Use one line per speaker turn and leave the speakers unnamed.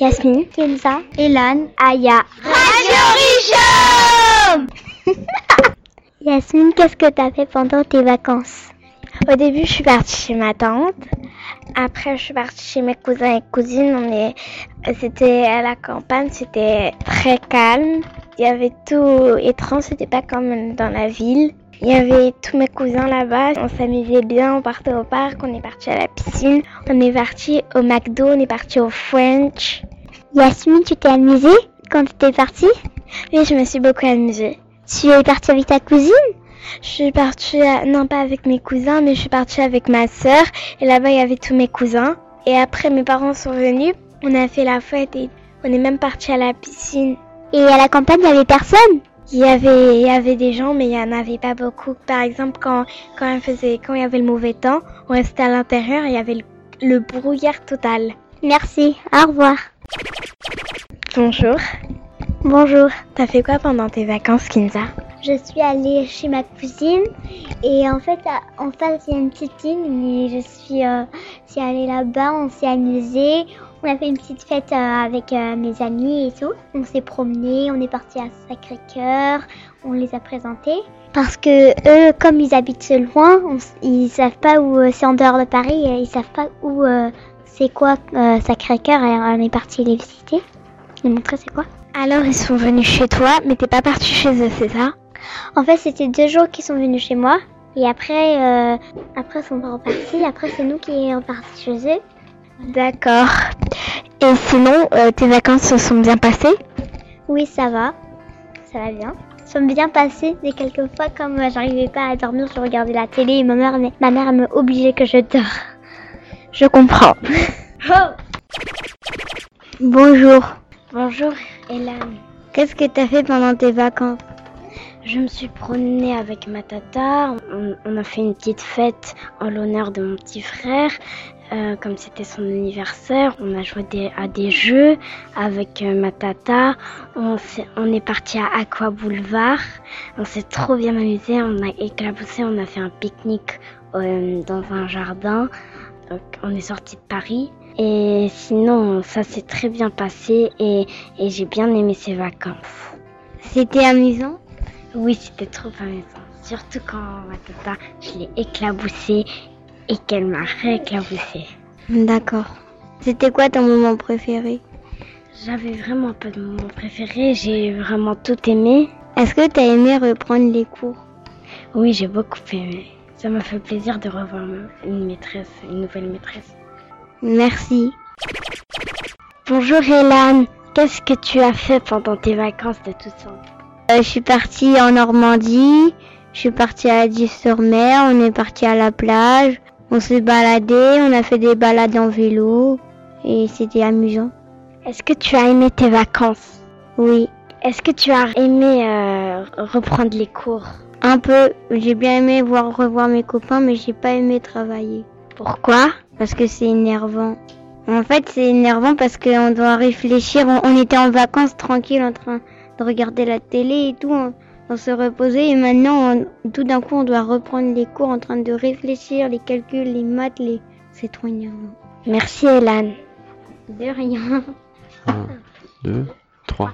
Yasmine, Kenza, Elan, Aya.
Radio
Yasmine, qu'est-ce que t'as fait pendant tes vacances Au début, je suis partie chez ma tante. Après, je suis partie chez mes cousins et cousines. On est, c'était à la campagne, c'était très calme. Il y avait tout étrange, c'était pas comme dans la ville. Il y avait tous mes cousins là-bas, on s'amusait bien, on partait au parc, on est parti à la piscine, on est parti au McDo, on est parti au French. Yasmine, tu t'es amusée quand tu t'es partie Oui, je me suis beaucoup amusée. Tu es partie avec ta cousine Je suis partie, à- non pas avec mes cousins, mais je suis partie avec ma sœur, et là-bas il y avait tous mes cousins. Et après mes parents sont venus, on a fait la fête et on est même parti à la piscine. Et à la campagne, il n'y avait personne il y avait, il y avait des gens, mais il n'y en avait pas beaucoup. Par exemple, quand, quand, il faisait, quand il y avait le mauvais temps, on restait à l'intérieur et il y avait le, le brouillard total. Merci, au revoir. Bonjour. Bonjour. T'as fait quoi pendant tes vacances, Kinza
Je suis allée chez ma cousine et en fait, à- en face, il y a une petite île, mais je suis, euh, je suis allée là-bas, on s'est amusé, on a fait une petite fête euh, avec euh, mes amis et tout. On s'est promené, on est parti à Sacré-Cœur, on les a présentés. Parce que eux, comme ils habitent loin, on s- ils savent pas où euh, c'est en dehors de Paris, euh, ils savent pas où euh, c'est quoi euh, Sacré-Cœur, et on est parti les visiter, les montrer c'est quoi.
Alors, ils sont venus chez toi, mais t'es pas parti chez eux, c'est ça
En fait, c'était deux jours qu'ils sont venus chez moi. Et après, euh, après, ils sont repartis. Après, c'est nous qui sommes repartis chez eux.
D'accord. Et sinon, euh, tes vacances se sont bien passées
Oui, ça va. Ça va bien. Ils sont bien passés, mais quelquefois, comme euh, j'arrivais pas à dormir, je regardais la télé et ma mère, ma mère elle me obligeait que je dors. Oh
Je comprends. Bonjour.
Bonjour, Hélène.
Qu'est-ce que t'as fait pendant tes vacances
Je me suis promenée avec ma tata. On, on a fait une petite fête en l'honneur de mon petit frère. Euh, comme c'était son anniversaire, on a joué des- à des jeux avec euh, ma tata. On, s'est- on est parti à Aqua Boulevard. On s'est trop bien amusé. On a éclaboussé. On a fait un pique-nique euh, dans un jardin. Donc, on est sorti de Paris. Et sinon, ça s'est très bien passé et- et j'ai bien aimé ces vacances.
C'était amusant
Oui, c'était trop amusant. Surtout quand ma tata, je l'ai éclaboussée et qu'elle m'a rééclaboussée.
D'accord. C'était quoi ton moment préféré
J'avais vraiment pas de moment préféré, j'ai vraiment tout aimé.
Est-ce que t'as aimé reprendre les cours
Oui, j'ai beaucoup aimé. Ça m'a fait plaisir de revoir une maîtresse, une nouvelle maîtresse.
Merci.
Bonjour Hélène, qu'est-ce que tu as fait pendant tes vacances de Toussaint
Euh, je suis partie en Normandie, je suis partie à Dives-sur-Mer, on est parti à la plage, on s'est baladé, on a fait des balades en vélo et c'était amusant.
Est-ce que tu as aimé tes vacances
Oui,
Est-ce que tu as aimé euh, reprendre les cours
un peu. J'ai bien aimé voir revoir mes copains mais j'ai pas aimé travailler
Pourquoi
parce que c'est énervant. En fait, c'est énervant parce qu'on doit réfléchir. On, on était en vacances tranquille en train de regarder la télé et tout. On, on se reposait et maintenant, on- tout d'un coup, on doit reprendre les cours en train de réfléchir, les calculs, les maths, les... C'est trop énervant.
Merci Hélène.
De rien.
1, 2, 3.